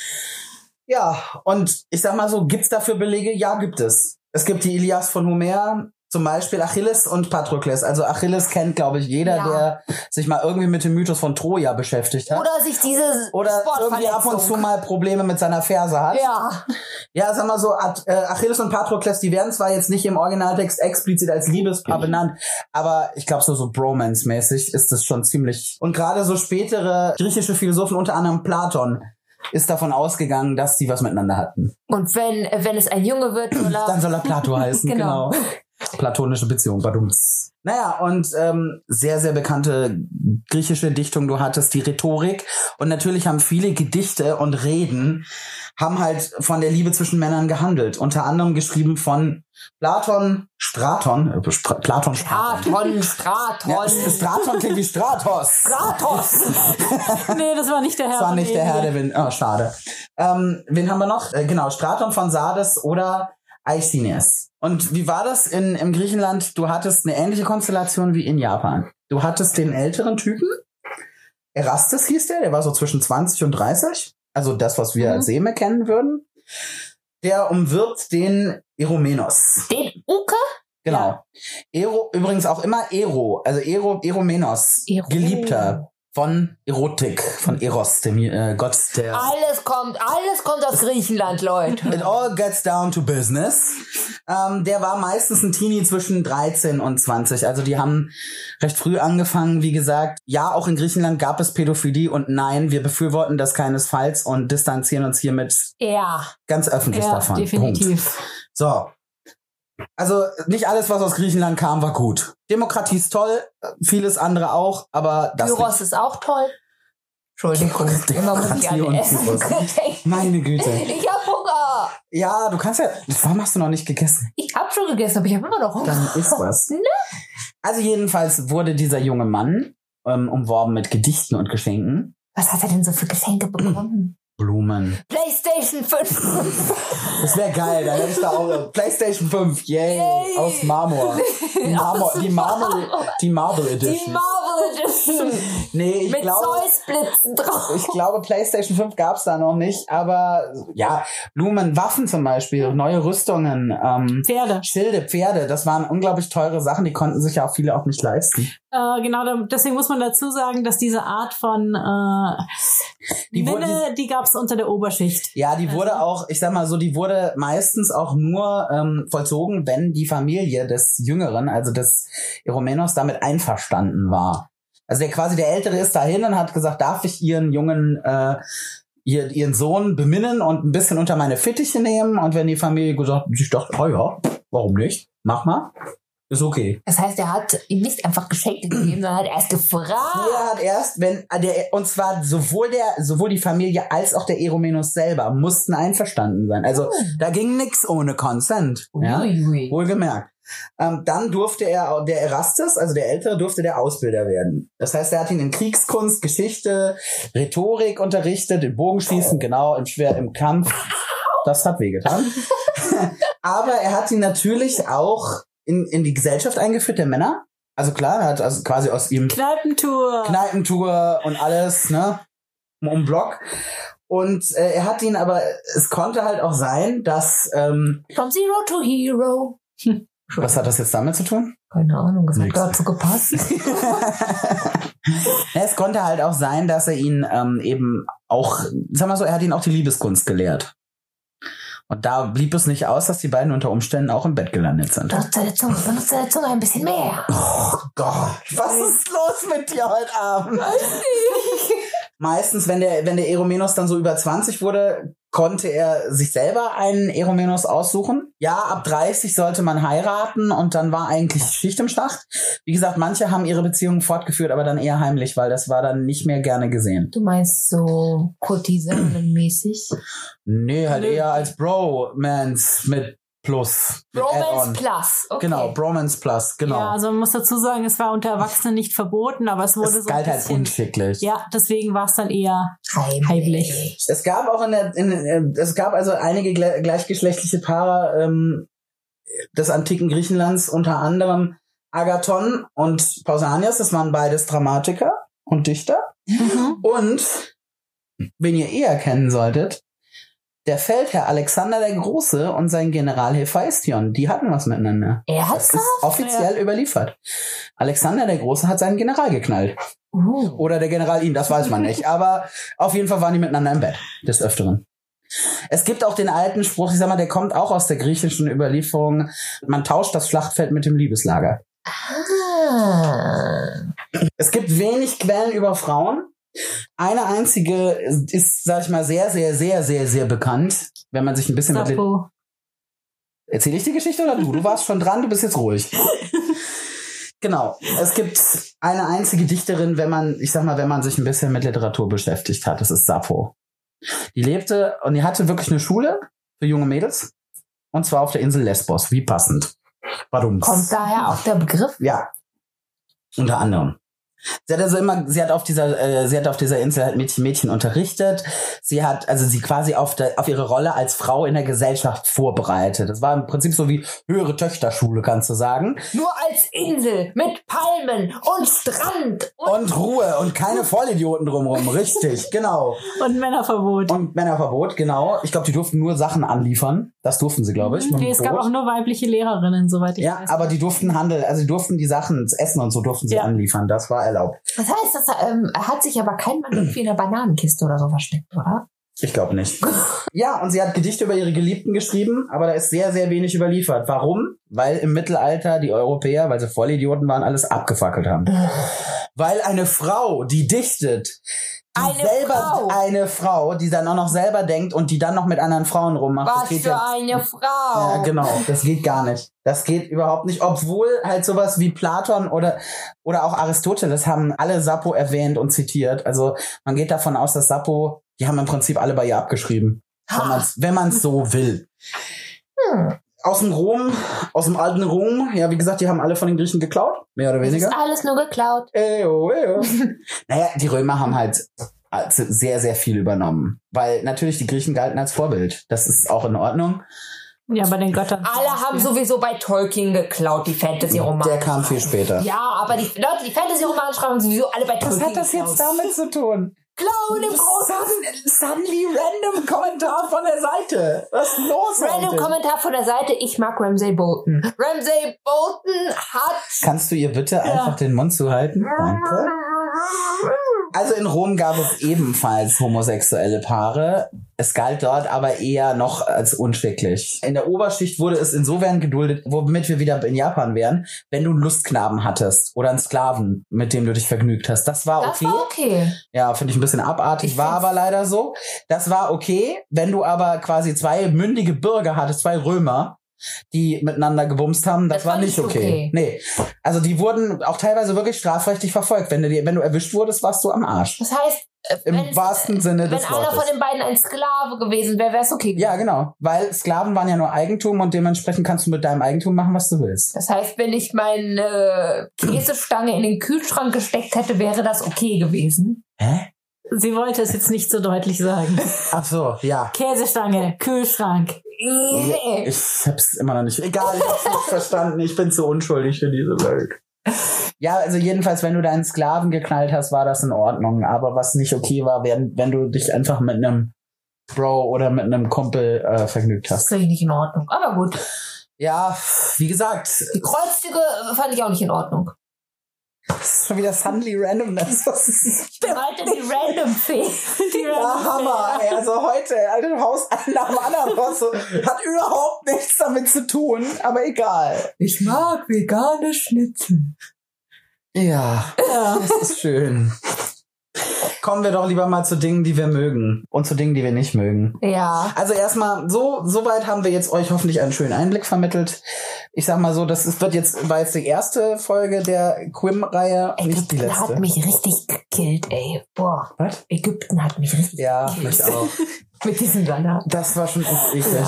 Ja, und ich sag mal so, gibt's dafür Belege? Ja, gibt es. Es gibt die Ilias von Homer, zum Beispiel Achilles und Patrokles. Also Achilles kennt, glaube ich, jeder, Ja. der sich mal irgendwie mit dem Mythos von Troja beschäftigt hat. Oder sich diese. Oder irgendwie ab und zu Sportverletzung. mal Probleme mit seiner Ferse hat. Ja. Ja, sag mal so, At- äh, Achilles und Patrokles, die werden zwar jetzt nicht im Originaltext explizit als Liebespaar benannt, aber ich glaube so so Bromance-mäßig ist das schon ziemlich. Und gerade so spätere griechische Philosophen, unter anderem Platon, ist davon ausgegangen, dass die was miteinander hatten. Und wenn, äh, wenn es ein Junge wird, oder. Dann soll er Plato heißen, genau. Genau. Platonische Beziehung, badums. Naja, und ähm, sehr, sehr bekannte griechische Dichtung, du hattest die Rhetorik. Und natürlich haben viele Gedichte und Reden haben halt von der Liebe zwischen Männern gehandelt. Unter anderem geschrieben von Platon, Straton, äh, Spra- Platon, Straton. Straton, Straton. Ja, Straton klingt wie Stratos. Stratos! nee, das war nicht der Herr. Das war von nicht der Elia. Herr der Wind. Oh, schade. Ähm, wen haben wir noch? Äh, genau, Straton von Sardes oder Aisines. Und wie war das in, im Griechenland? Du hattest eine ähnliche Konstellation wie in Japan. Du hattest den älteren Typen. Erastes hieß der, der war so zwischen 20 und 30. Also das, was wir Mhm. als Seme kennen würden. Der umwirbt den Eromenos. Den Uke? Genau. Ero, übrigens auch immer Ero, also Ero, Eromenos, Ero. Geliebter von Erotik, von Eros, dem äh, Gott der. Alles kommt, alles kommt aus Griechenland, Leute. It all gets down to business. Ähm, der war meistens ein Teenie zwischen 13 und 20. Also die haben recht früh angefangen, wie gesagt. Ja, auch in Griechenland gab es Pädophilie und nein, wir befürworten das keinesfalls und distanzieren uns hiermit Ja, ganz öffentlich Ja, davon. Punkt. definitiv. So. Also nicht alles, was aus Griechenland kam, war gut. Demokratie ist toll, vieles andere auch, aber das Gyros ist auch toll. Entschuldigung, immer muss ich Demokratie und alle essen. Gyros. Meine Güte. ich hab Hunger. Ja, du kannst ja. Warum hast du noch nicht gegessen? Ich hab schon gegessen, aber ich habe immer noch Hunger. Dann ist was. Ne? Also jedenfalls wurde dieser junge Mann ähm, umworben mit Gedichten und Geschenken. Was hat er denn so für Geschenke bekommen? Mhm. Blumen. PlayStation 5. Das wäre geil, da hätte ich da auch äh, PlayStation 5, yay, Yay. aus Marmor. Die Marmor, die Marble, die Marble Die Edition. Marvel Edition. nee, ich Mit glaube, Zeusblitzen drauf. ich glaube, PlayStation 5 gab's da noch nicht, aber ja, Blumen, Waffen zum Beispiel, neue Rüstungen, ähm, Pferde. Schilde, Pferde, das waren unglaublich teure Sachen, die konnten sich ja auch viele auch nicht leisten. Äh, genau, da- deswegen muss man dazu sagen, dass diese Art von äh, Die wurden- Minne, die gab es unter der Oberschicht. Ja, die wurde auch, ich sag mal so, die wurde meistens auch nur ähm, vollzogen, wenn die Familie des Jüngeren, also des Iromenos, damit einverstanden war. Also der quasi der Ältere ist dahin und hat gesagt, darf ich ihren jungen, äh, ihr, ihren Sohn beminnen und ein bisschen unter meine Fittiche nehmen? Und wenn die Familie gesagt hat, ich dachte, oh ja, warum nicht? Mach mal. Ist okay. Das heißt, er hat ihm nicht einfach Geschenke gegeben, sondern hat erst Er gefragt. hat erst, wenn äh, der, und zwar sowohl der, sowohl die Familie als auch der Eromenos selber mussten einverstanden sein. Also da ging nix ohne Consent. Ja? Uiuiui. Wohlgemerkt. Ähm, dann durfte er, der Erastes, also der Ältere, durfte der Ausbilder werden. Das heißt, er hat ihn in Kriegskunst, Geschichte, Rhetorik unterrichtet, im Bogenschießen, genau, im Schwer, im Kampf. Das hat wehgetan. Aber er hat ihn natürlich auch in, in die Gesellschaft eingeführt, der Männer. Also klar, er hat also quasi aus ihm Kneipentour. Kneipentour und alles, ne? Um- Um Block. Und äh, er hat ihn aber, es konnte halt auch sein, dass, ähm, From Zero to Hero. was hat das jetzt damit zu tun? Keine Ahnung, das hat Nix. dazu gepasst. es konnte halt auch sein, dass er ihn ähm, eben auch, sag mal so, er hat ihn auch die Liebeskunst gelehrt. Und da blieb es nicht aus, dass die beiden unter Umständen auch im Bett gelandet sind. Benutzt deine Zunge, benutzt deine Zunge ein bisschen mehr. Gott, was ist los mit dir heute Abend? Meistens, wenn der, wenn der Eromenos dann so über 20 wurde, konnte er sich selber einen Eromenos aussuchen. Ja, ab 30 sollte man heiraten und dann war eigentlich Schicht im Schacht. Wie gesagt, manche haben ihre Beziehungen fortgeführt, aber dann eher heimlich, weil das war dann nicht mehr gerne gesehen. Du meinst so Kurtisanenmäßig? Nee, halt Nö. eher als Bromance mit Plus. Mit Add-on. Romance Plus. Okay. Genau, Bromance Plus, genau. Ja, also man muss dazu sagen, es war unter Erwachsenen nicht verboten, aber es wurde es so ein galt halt bisschen, unschicklich. Ja, deswegen war es dann eher Heimlich. Heimlich. Es gab auch in der, in, äh, es gab also einige gle gleichgeschlechtliche Paare ähm, des antiken Griechenlands, unter anderem Agathon und Pausanias. Das waren beides Dramatiker und Dichter. Und wen ihr eher kennen solltet, der Feldherr Alexander der Große und sein General Hephaistion, die hatten was miteinander. Das ist Ernsthaft? offiziell überliefert. Alexander der Große hat seinen General geknallt. Uh. Oder der General ihn, das weiß man nicht. Aber auf jeden Fall waren die miteinander im Bett, des Öfteren. Es gibt auch den alten Spruch, ich sag mal, der kommt auch aus der griechischen Überlieferung. Man tauscht das Schlachtfeld mit dem Liebeslager. Ah. Es gibt wenig Quellen über Frauen. Eine einzige ist, sag ich mal, sehr, sehr, sehr, sehr, sehr bekannt. Wenn man sich ein bisschen mit, Sappho. Erzähle ich die Geschichte oder du? Du warst schon dran, du bist jetzt ruhig. Genau. Es gibt eine einzige Dichterin, wenn man, ich sag mal, wenn man sich ein bisschen mit Literatur beschäftigt hat, das ist Sappho. Die lebte und die hatte wirklich eine Schule für junge Mädels. Und zwar auf der Insel Lesbos. Wie passend. Warum? Kommt daher auch der Begriff? Ja. Unter anderem. Sie hat also immer, sie hat auf dieser, äh, sie hat auf dieser Insel halt Mädchen, Mädchen unterrichtet. Sie hat, also sie quasi auf der, auf ihre Rolle als Frau in der Gesellschaft vorbereitet. Das war im Prinzip so wie höhere Töchterschule, kannst du sagen. Nur als Insel mit Palmen und Strand und Und Ruhe und keine Vollidioten drumrum. Richtig, genau. Und Männerverbot. Und Männerverbot, genau. Ich glaube, die durften nur Sachen anliefern. Das durften sie, glaube ich. mit dem nee, es gab Boot. auch nur weibliche Lehrerinnen, soweit ich ja, weiß. aber die durften Handel, also die durften die Sachen, das Essen und so durften sie Ja. anliefern. Das war erlaubt. Das heißt, das, ähm, hat sich aber kein Mann irgendwie in einer Bananenkiste oder so versteckt, oder? Ich glaube nicht. ja, und sie hat Gedichte über ihre Geliebten geschrieben, aber da ist sehr, sehr wenig überliefert. Warum? Weil im Mittelalter die Europäer, weil sie Vollidioten waren, alles abgefackelt haben. weil eine Frau, die dichtet, die Eine selber Frau. eine Frau, die dann auch noch selber denkt und die dann noch mit anderen Frauen rummacht. das Was geht für ja- eine Frau! ja, genau, das geht gar nicht. Das geht überhaupt nicht. Obwohl halt sowas wie Platon oder, oder auch Aristoteles haben alle Sappo erwähnt und zitiert. Also man geht davon aus, dass Sappo, die haben im Prinzip alle bei ihr abgeschrieben. Wenn Ha. man's, wenn man's so will. Hm. Aus dem Rom, aus dem alten Rom, ja, wie gesagt, die haben alle von den Griechen geklaut, mehr oder Das ist weniger. alles nur geklaut. Eyo, eyo. naja, die Römer haben halt sehr, sehr viel übernommen. Weil natürlich die Griechen galten als Vorbild. Das ist auch in Ordnung. Ja, bei den Göttern. Alle haben sowieso bei Tolkien geklaut, die Der Fantasy-Romane. kam viel später. Ja, aber die Leute, die Fantasy-Romane schreiben sowieso alle bei Tolkien. Was hat das geklaut. jetzt damit zu tun? Klauen im großen Sudden- Suddenly random Kommentar von der Seite. Was ist los? Random Leute? Kommentar von der Seite, ich mag Ramsay Bolton. Ramsay Bolton hat. Kannst du ihr bitte einfach den Mund zuhalten? Danke. Also in Rom gab es ebenfalls homosexuelle Paare. Es galt dort aber eher noch als unschicklich. In der Oberschicht wurde es insofern geduldet, womit wir wieder in Japan wären, wenn du einen Lustknaben hattest oder einen Sklaven, mit dem du dich vergnügt hast. Das war Das Ah, okay. war okay. Ja, finde ich ein bisschen abartig, Ich war find's- aber leider so. Das war okay, wenn du aber quasi zwei mündige Bürger hattest, zwei Römer, die miteinander gebumst haben, das, Das war fand nicht ich okay. okay. Nee. Also die wurden auch teilweise wirklich strafrechtlich verfolgt. Wenn du, dir- wenn du erwischt wurdest, warst du am Arsch. Das heißt, äh, Im wenn, äh, wahrsten Sinne wenn des einer von Wortes. den beiden ein Sklave gewesen wäre, wäre es okay gewesen. Ja, genau. Weil Sklaven waren ja nur Eigentum und dementsprechend kannst du mit deinem Eigentum machen, was du willst. Das heißt, wenn ich meine äh, Käsestange in den Kühlschrank gesteckt hätte, wäre das okay gewesen. Hä? Sie wollte es jetzt nicht so deutlich sagen. Ach so, ja. Käsestange, Kühlschrank. Nee. Ich hab's immer noch nicht. Egal, ich hab's nicht verstanden. Ich bin zu unschuldig für diese Welt. Ja, also jedenfalls, wenn du deinen Sklaven geknallt hast, war das in Ordnung. Aber was nicht okay war, wenn, wenn du dich einfach mit einem Bro oder mit einem Kumpel äh, vergnügt Das hast. ist natürlich nicht in Ordnung. Aber gut. Ja, wie gesagt, Die Kreuzzüge äh, fand ich auch nicht in Ordnung. das ist schon wieder Suddenly Randomness. Was ist Ich wollte die random Fee. Die ja, Hammer. Ey, also heute, alter Haus nach dem anderen Haus, so, hat überhaupt nichts damit zu tun, aber egal. Ich mag vegane Schnitzel. Ja. Ja. Das ist schön. Kommen wir doch lieber mal zu Dingen, die wir mögen und zu Dingen, die wir nicht mögen. Ja. Also erstmal, so soweit haben wir jetzt euch hoffentlich einen schönen Einblick vermittelt. Ich sag mal so, das ist, wird jetzt, war jetzt die erste Folge der Quim-Reihe, nicht die Ägypten hat letzte. mich richtig gekillt, ey. Boah. Was? Ägypten hat mich richtig Ja, mich auch. mit diesen Granaten. Das war schon echt eklig.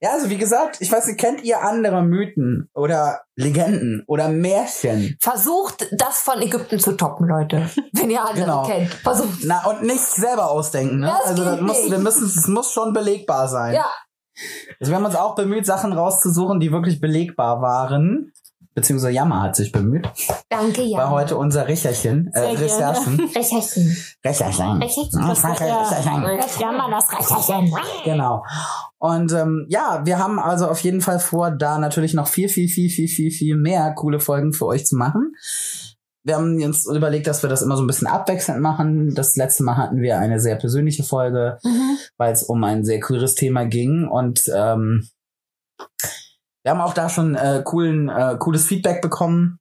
Ja, also wie gesagt, ich weiß nicht, kennt ihr andere Mythen oder Legenden oder Märchen? Versucht, das von Ägypten zu toppen, Leute. Wenn ihr andere Genau. kennt. Versucht. Na, und nicht selber ausdenken, ne? Das also geht das muss, nicht. wir müssen, es muss schon belegbar sein. Ja. Also wir haben uns auch bemüht, Sachen rauszusuchen, die wirklich belegbar waren. Beziehungsweise Jammer hat sich bemüht. Danke, ja. War heute unser Recherchen, äh, Sehr gerne. Recherchen. Recherchen. Recherchen. Recherchen. Ja, Recherchen. Das kann man das Recherchen. Genau. Und ähm, ja, wir haben also auf jeden Fall vor, da natürlich noch viel, viel, viel, viel, viel, viel mehr coole Folgen für euch zu machen. Wir haben uns überlegt, dass wir das immer so ein bisschen abwechselnd machen. Das letzte Mal hatten wir eine sehr persönliche Folge. weil es um ein sehr queeres Thema ging und ähm, wir haben auch da schon äh, coolen, äh, cooles Feedback bekommen.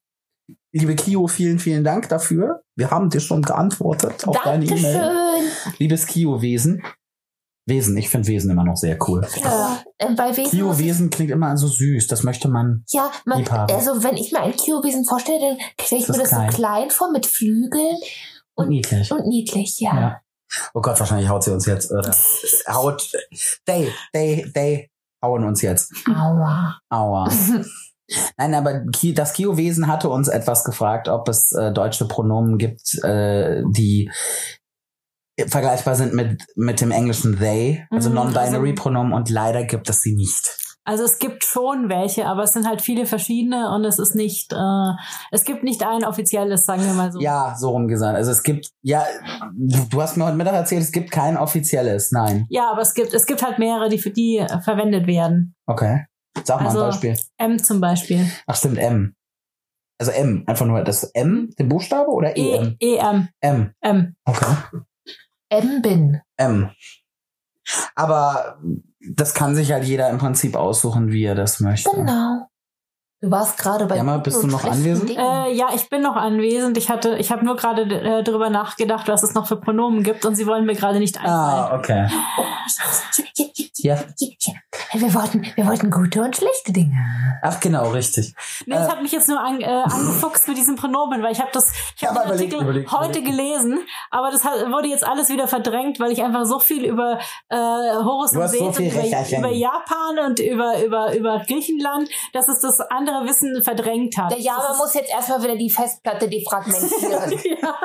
Liebe Kio, vielen, vielen Dank dafür. Wir haben dir schon geantwortet auf deine E-Mail. Dankeschön. Liebes Kio-Wesen. Wesen, ich finde Wesen immer noch sehr cool. Ja, äh, bei Wesen. muss ich- Kio-Wesen klingt immer so süß, das möchte man. Ja, man, Liebhaben. also wenn ich mir ein Kio-Wesen vorstelle, dann stelle ich Das mir das ist klein. so klein vor mit Flügeln Und niedlich. und niedlich, ja. Ja. Oh Gott, wahrscheinlich haut sie uns jetzt. Oder haut. They, they, they hauen uns jetzt. Aua. Aua. Nein, aber Ki- das Kio-Wesen hatte uns etwas gefragt, ob es äh, deutsche Pronomen gibt, äh, die vergleichbar sind mit, mit dem englischen they, also Mhm, also- Non-Binary-Pronomen, und leider gibt es sie nicht. Also es gibt schon welche, aber es sind halt viele verschiedene und es ist nicht, äh, es gibt nicht ein offizielles, sagen wir mal so. Ja, so rum gesagt. Also es gibt, ja, du du hast mir heute Mittag erzählt, es gibt kein offizielles. Nein. Ja, aber es gibt, es gibt halt mehrere, die für die äh, verwendet werden. Okay. Sag mal Also- ein Beispiel. M zum Beispiel. Ach, stimmt, M. Also M, einfach nur das M, den Buchstabe oder E, EM? EM. M. M. Okay. M bin. M. Aber das kann sich halt jeder im Prinzip aussuchen, wie er das möchte. Genau. Du warst gerade bei. Jammer, guten bist du und noch schlechten anwesend? Dingen. Äh, ja, ich bin noch anwesend. Ich hatte, ich habe nur gerade äh, drüber nachgedacht, was es noch für Pronomen gibt und sie wollen mir gerade nicht einfallen. Ah, okay. Ja. Wir wollten, wir wollten gute und schlechte Dinge. Ach genau, richtig. nee, ich äh. habe mich jetzt nur an, äh, angefuchst mit diesem Pronomen, weil ich habe das, ich Ja, habe aber den überleg, Artikel überleg, heute überleg. gelesen, aber das hat, wurde jetzt alles wieder verdrängt, weil ich einfach so viel über äh, Horus Du und hast so Seth viel und über, Recherchen. über Japan und über über über Griechenland, dass es das andere Wissen verdrängt hat. Der Jama muss jetzt erstmal wieder die Festplatte defragmentieren. ja, Ja,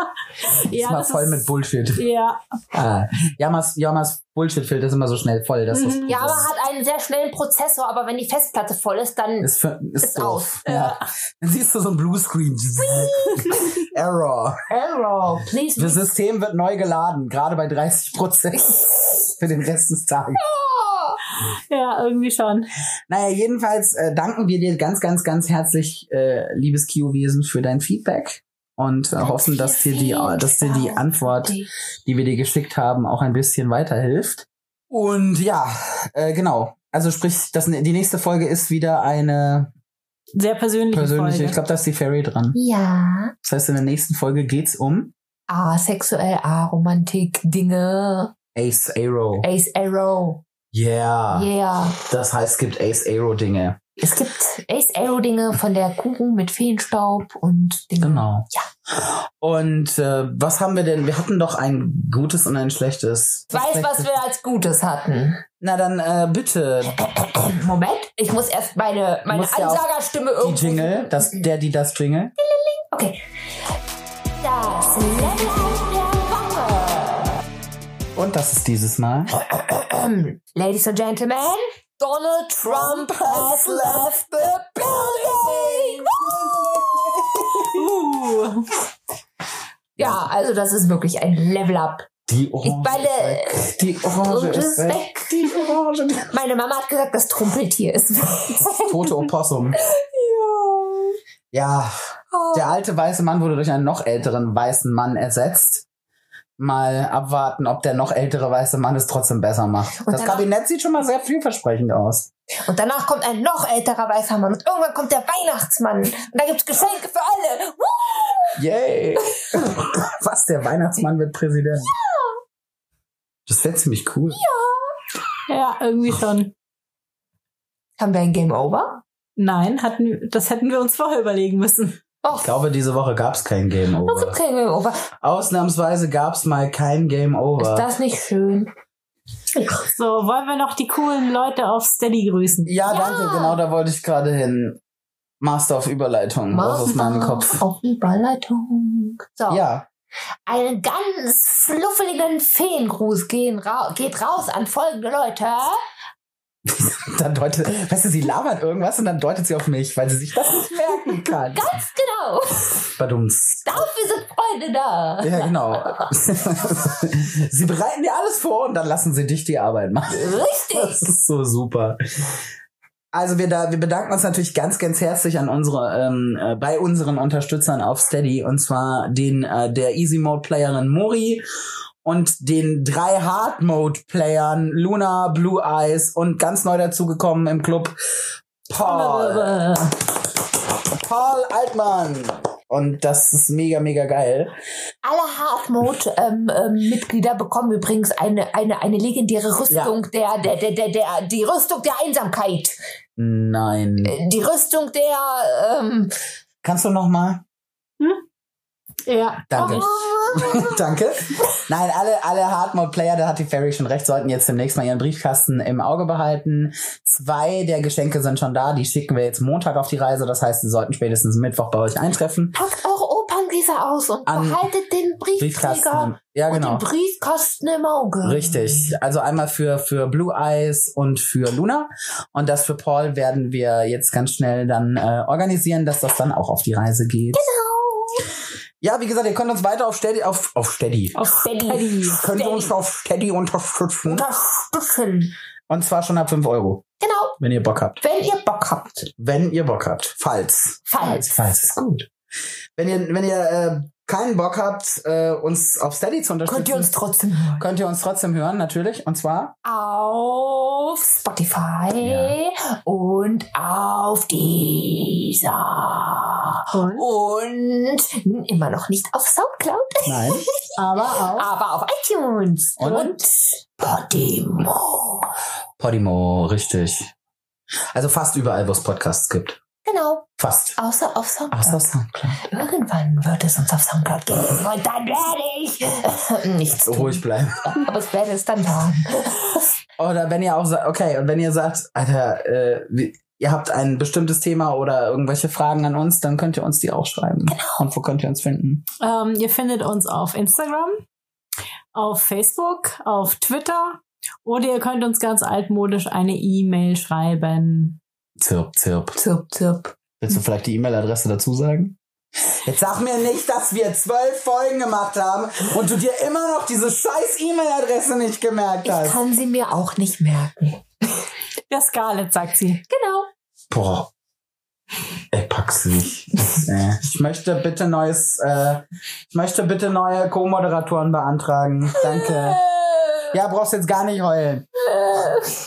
ja, ist mal das voll ist, mit Bullshit. ja, Ah, Jammers, Jammers Bullshit-Filter ist immer so schnell voll. Das Mhm, ist, Jama das hat einen sehr schnellen Prozessor, aber wenn die Festplatte voll ist, dann ist, für, ist, Ist doof. Ja. Dann siehst du so ein Bluescreen. Error. Error, please. Das System wird neu geladen, gerade bei 30 Prozent für den Rest des Tages. ja, irgendwie schon. Naja, jedenfalls äh, danken wir dir ganz, ganz, ganz herzlich, äh, liebes Kio-Wesen, für dein Feedback und äh, hoffen, dass dir, die, dass dir die Antwort, die wir dir geschickt haben, auch ein bisschen weiterhilft. Und ja, äh, genau. Also sprich, das, die nächste Folge ist wieder eine Sehr persönliche, persönliche, Folge. ich glaube, da ist die Fairy dran. Ja. Das heißt, in der nächsten Folge geht's um Asexuell, Aromantik, Dinge. Ace Aero. Ace Arrow. Yeah. Yeah. Das heißt, es gibt Ace Aero Dinge. Es gibt Ace Arrow Dinge von der Kuchen mit Feenstaub und Dinge. Genau. Ja. Und äh, was haben wir denn? Wir hatten doch ein gutes und ein schlechtes. Ich weiß, was wir als Gutes hatten. Na dann äh, bitte Moment, ich muss erst meine, meine musst ja auch Ansagerstimme die irgendwie. Jingle, das, der, die, das Jingle. Okay. Das Level der Und das ist dieses Mal. Woche. Ladies and Gentlemen, Donald Trump has left the building. Uh. Ja, also das ist wirklich ein Level Up. Die Orange. Ich meine, ist weg. Die Orange Orange ist ist weg. weg. Die Orange. Meine Mama hat gesagt, das Trumpeltier ist weg. Tote Opossum. Ja. Oh. Der alte weiße Mann wurde durch einen noch älteren weißen Mann ersetzt. Mal abwarten, ob der noch ältere weiße Mann es trotzdem besser macht. Und das danach- Kabinett sieht schon mal sehr vielversprechend aus. Und danach kommt ein noch älterer weißer Mann und irgendwann kommt der Weihnachtsmann und da gibt's Geschenke für alle. Woo! Yay! Was, der Weihnachtsmann wird Präsident? Ja! Das wäre ziemlich cool. Ja, irgendwie schon. Haben wir ein Game Over? Nein, hatten, das hätten wir uns vorher überlegen müssen. Ich glaube, diese Woche gab es kein Game um. Was Over. gibt's kein Game Over? Ausnahmsweise gab es mal kein Game Over. Ist das nicht schön? So, wollen wir noch die coolen Leute auf Steady grüßen? ja, Ja. danke, genau da wollte ich gerade hin. Master auf Überleitung, raus aus meinem Kopf. Auf Überleitung. So, Ja, einen ganz fluffeligen Feengruß gehen ra geht raus an folgende Leute. dann deutet, weißt du, sie labert irgendwas und dann deutet sie auf mich, weil sie sich das nicht merken kann. Ganz genau. Badums. Dafür sind Freunde da. Ja, genau. sie bereiten dir alles vor und dann lassen sie dich die Arbeit machen. Richtig. Das ist so super. Also wir, da, wir bedanken uns natürlich ganz, ganz herzlich an unsere, ähm, äh, bei unseren Unterstützern auf Steady und zwar den äh, der Easy Mode Playerin Mori und den drei Hard Mode Playern Luna, Blue Eyes und ganz neu dazugekommen im Club Paul. Äh, Paul Altmann. Und das ist mega, mega geil. Alle Hardmode-Mitglieder bekommen übrigens eine, eine, eine legendäre Rüstung der, der, der, der, der, die Rüstung der Einsamkeit. Nein. Die Rüstung der, ähm, Kannst du noch mal? Ja. Danke. Oh. Danke. Nein, alle, alle Hardmode-Player, da hat die Fairy schon recht, sollten jetzt demnächst mal ihren Briefkasten im Auge behalten. Zwei der Geschenke sind schon da, die schicken wir jetzt Montag auf die Reise. Das heißt, sie sollten spätestens Mittwoch bei euch eintreffen. packt eure Operngläser aus und An- behaltet den Briefträger Briefkasten. Ja, genau. und den Briefkasten im Auge. Ähm. Richtig. Also einmal für, für Blue Eyes und für Luna. Und das für Paul werden wir jetzt ganz schnell dann äh, organisieren, dass das dann auch auf die Reise geht. Genau. Ja, wie gesagt, ihr könnt uns weiter auf Steady, auf, auf Steady. Auf Steady. Könnt ihr uns auf Steady unterstützen. Unterstützen. Und zwar schon ab 5 Euro. Genau. wenn ihr Bock habt. Wenn ihr Bock habt. Wenn ihr Bock habt. Falls. Falls. Falls ist gut. Wenn ihr, wenn ihr äh, keinen Bock habt, äh, uns auf Steady zu unterstützen, Könnt ihr uns trotzdem hören. könnt ihr uns trotzdem hören, natürlich. Und zwar Auf Spotify und auf dieser. Und? Und immer noch nicht auf Soundcloud, nein. Aber auch. aber auf iTunes. Und? Podimo. Podimo, richtig. Also fast überall, wo es Podcasts gibt. Genau, Fast. außer auf Soundcloud. Außer Soundcloud. Irgendwann wird es uns auf Soundcloud geben und dann werde ich nichts tun. Also Ruhig bleiben. Aber ich werde es dann tun. Oder wenn ihr auch sagt, okay, und wenn ihr sagt, Alter, äh, wie- ihr habt ein bestimmtes Thema oder irgendwelche Fragen an uns, dann könnt ihr uns die auch schreiben. Genau. Und wo könnt ihr uns finden? Ähm, ihr findet uns auf Instagram, auf Facebook, auf Twitter oder ihr könnt uns ganz altmodisch eine E-Mail schreiben. Zirp, zirp. Zirp, zirp. Willst du vielleicht die E-Mail-Adresse dazu sagen? Jetzt sag mir nicht, dass wir zwölf Folgen gemacht haben und du dir immer noch diese scheiß E-Mail-Adresse nicht gemerkt Ich hast. kann sie mir auch nicht merken. Der Scarlett, sagt sie. Genau. Boah. Ey, pack's nicht. Äh, ich möchte bitte neues, äh, ich möchte bitte neue Co-Moderatoren beantragen. Danke. Ja, brauchst jetzt gar nicht heulen.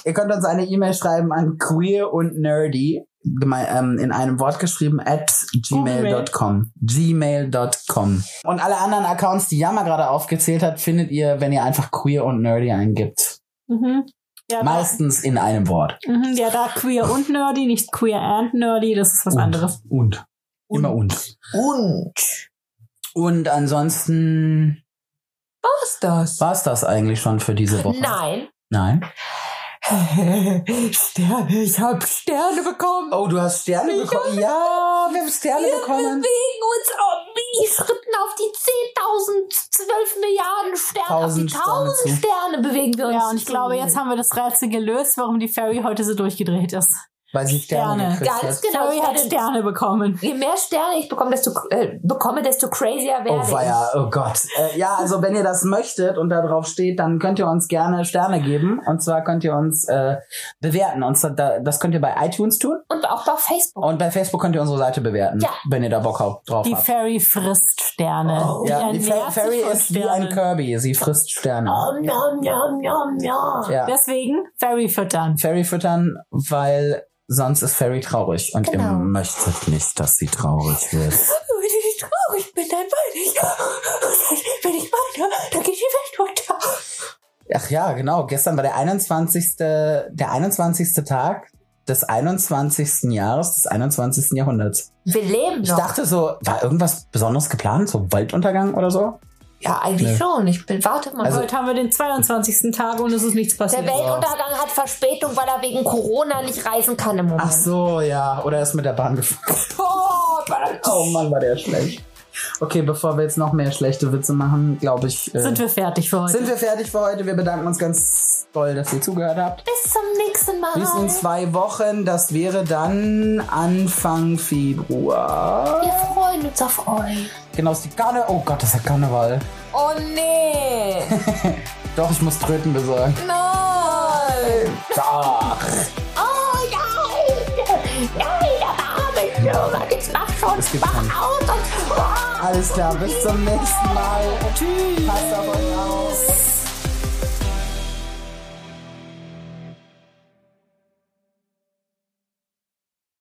Ihr könnt uns eine E-Mail schreiben an queer und nerdy, geme- ähm, in einem Wort geschrieben, at gmail.com. Gmail.com. Und alle anderen Accounts, die Yama gerade aufgezählt hat, findet ihr, wenn ihr einfach queer und nerdy eingibt. Mhm. Ja, da, Meistens in einem Wort. mhm, ja, da queer und nerdy, nicht queer and nerdy, das ist was und, anderes. Und. Immer und. Und Und ansonsten was das? war's das eigentlich schon für diese Woche. Nein. Nein. Sterne, ich habe Sterne bekommen. Oh, du hast Sterne bekommen. Ja, wir haben Sterne Wir bekommen. bewegen uns auf Minischritten auf die 10.000, 12 Milliarden Sterne, Tausend auf die Sterne 1000 Sterne, zu. bewegen wir uns. Ja, und ich glaube, jetzt haben wir das Rätsel gelöst, warum die Fairy heute so durchgedreht ist. Weil sie Sterne, Sterne. gekriegt hat. Ganz genau. Fairy hat Sterne. Sterne bekommen. Je mehr Sterne ich bekomme, desto, äh, bekomme, desto crazier werde Oh weia, oh Gott. Äh, ja, also wenn ihr das möchtet und da drauf steht, dann könnt ihr uns gerne Sterne geben. Und zwar könnt ihr uns äh, bewerten. Und zwar da, das könnt ihr bei iTunes tun. ich. Und auch bei Facebook. Und bei Facebook könnt ihr unsere Seite bewerten, Ja. wenn ihr da Bock hau- drauf Die habt. Fairy frisst Sterne. Oh. Ja, die ernährt Fer sich Fairy von ist wie ein Sternen. Kirby. Sie frisst Sterne. Nom, nom, nom, nom, nom. Ja. Deswegen Fairy füttern. Fairy füttern, weil sonst ist Fairy traurig. Und ihr Genau. möchtet nicht, dass sie traurig wird. Oh. Wenn ich traurig bin, dann weine ich. Und Wenn ich weine, dann geht die Welt unter. Ach ja, genau. Gestern war der 21. der 21. Tag des 21. Jahres des 21. Jahrhunderts. Wir leben Ich noch. dachte so, war irgendwas Besonderes geplant? So Walduntergang oder so? ja, eigentlich Nee. schon. Ich bin, warte mal. Ne. Also- Heute haben wir den 22. Tag und es ist nichts der passiert. Weltuntergang hat Verspätung, weil er wegen Corona nicht reisen kann im Moment. Ach so, ja. Oder er ist mit der Bahn gefahren. Oh, Oh Mann, war der schlecht. Okay, bevor wir jetzt noch mehr schlechte Witze machen, glaube ich, äh, Sind wir fertig für heute? sind wir fertig für heute. Wir bedanken uns ganz doll, dass ihr zugehört habt. Bis zum nächsten Mal. Bis in zwei Wochen. Das wäre dann Anfang Februar. Wir freuen uns auf euch. Genau, ist die Karne. Oh Gott, das ist ja Karneval. Oh nee. Doch, ich muss Tröten besorgen. Nein. Doch. Oh nein. Nein, der arme Junge. Jetzt mach schon. Das gibt's nicht. Mach aus. Und, Oh! Alles klar, bis zum nächsten Mal. Tschüss. Passt auf euch auf.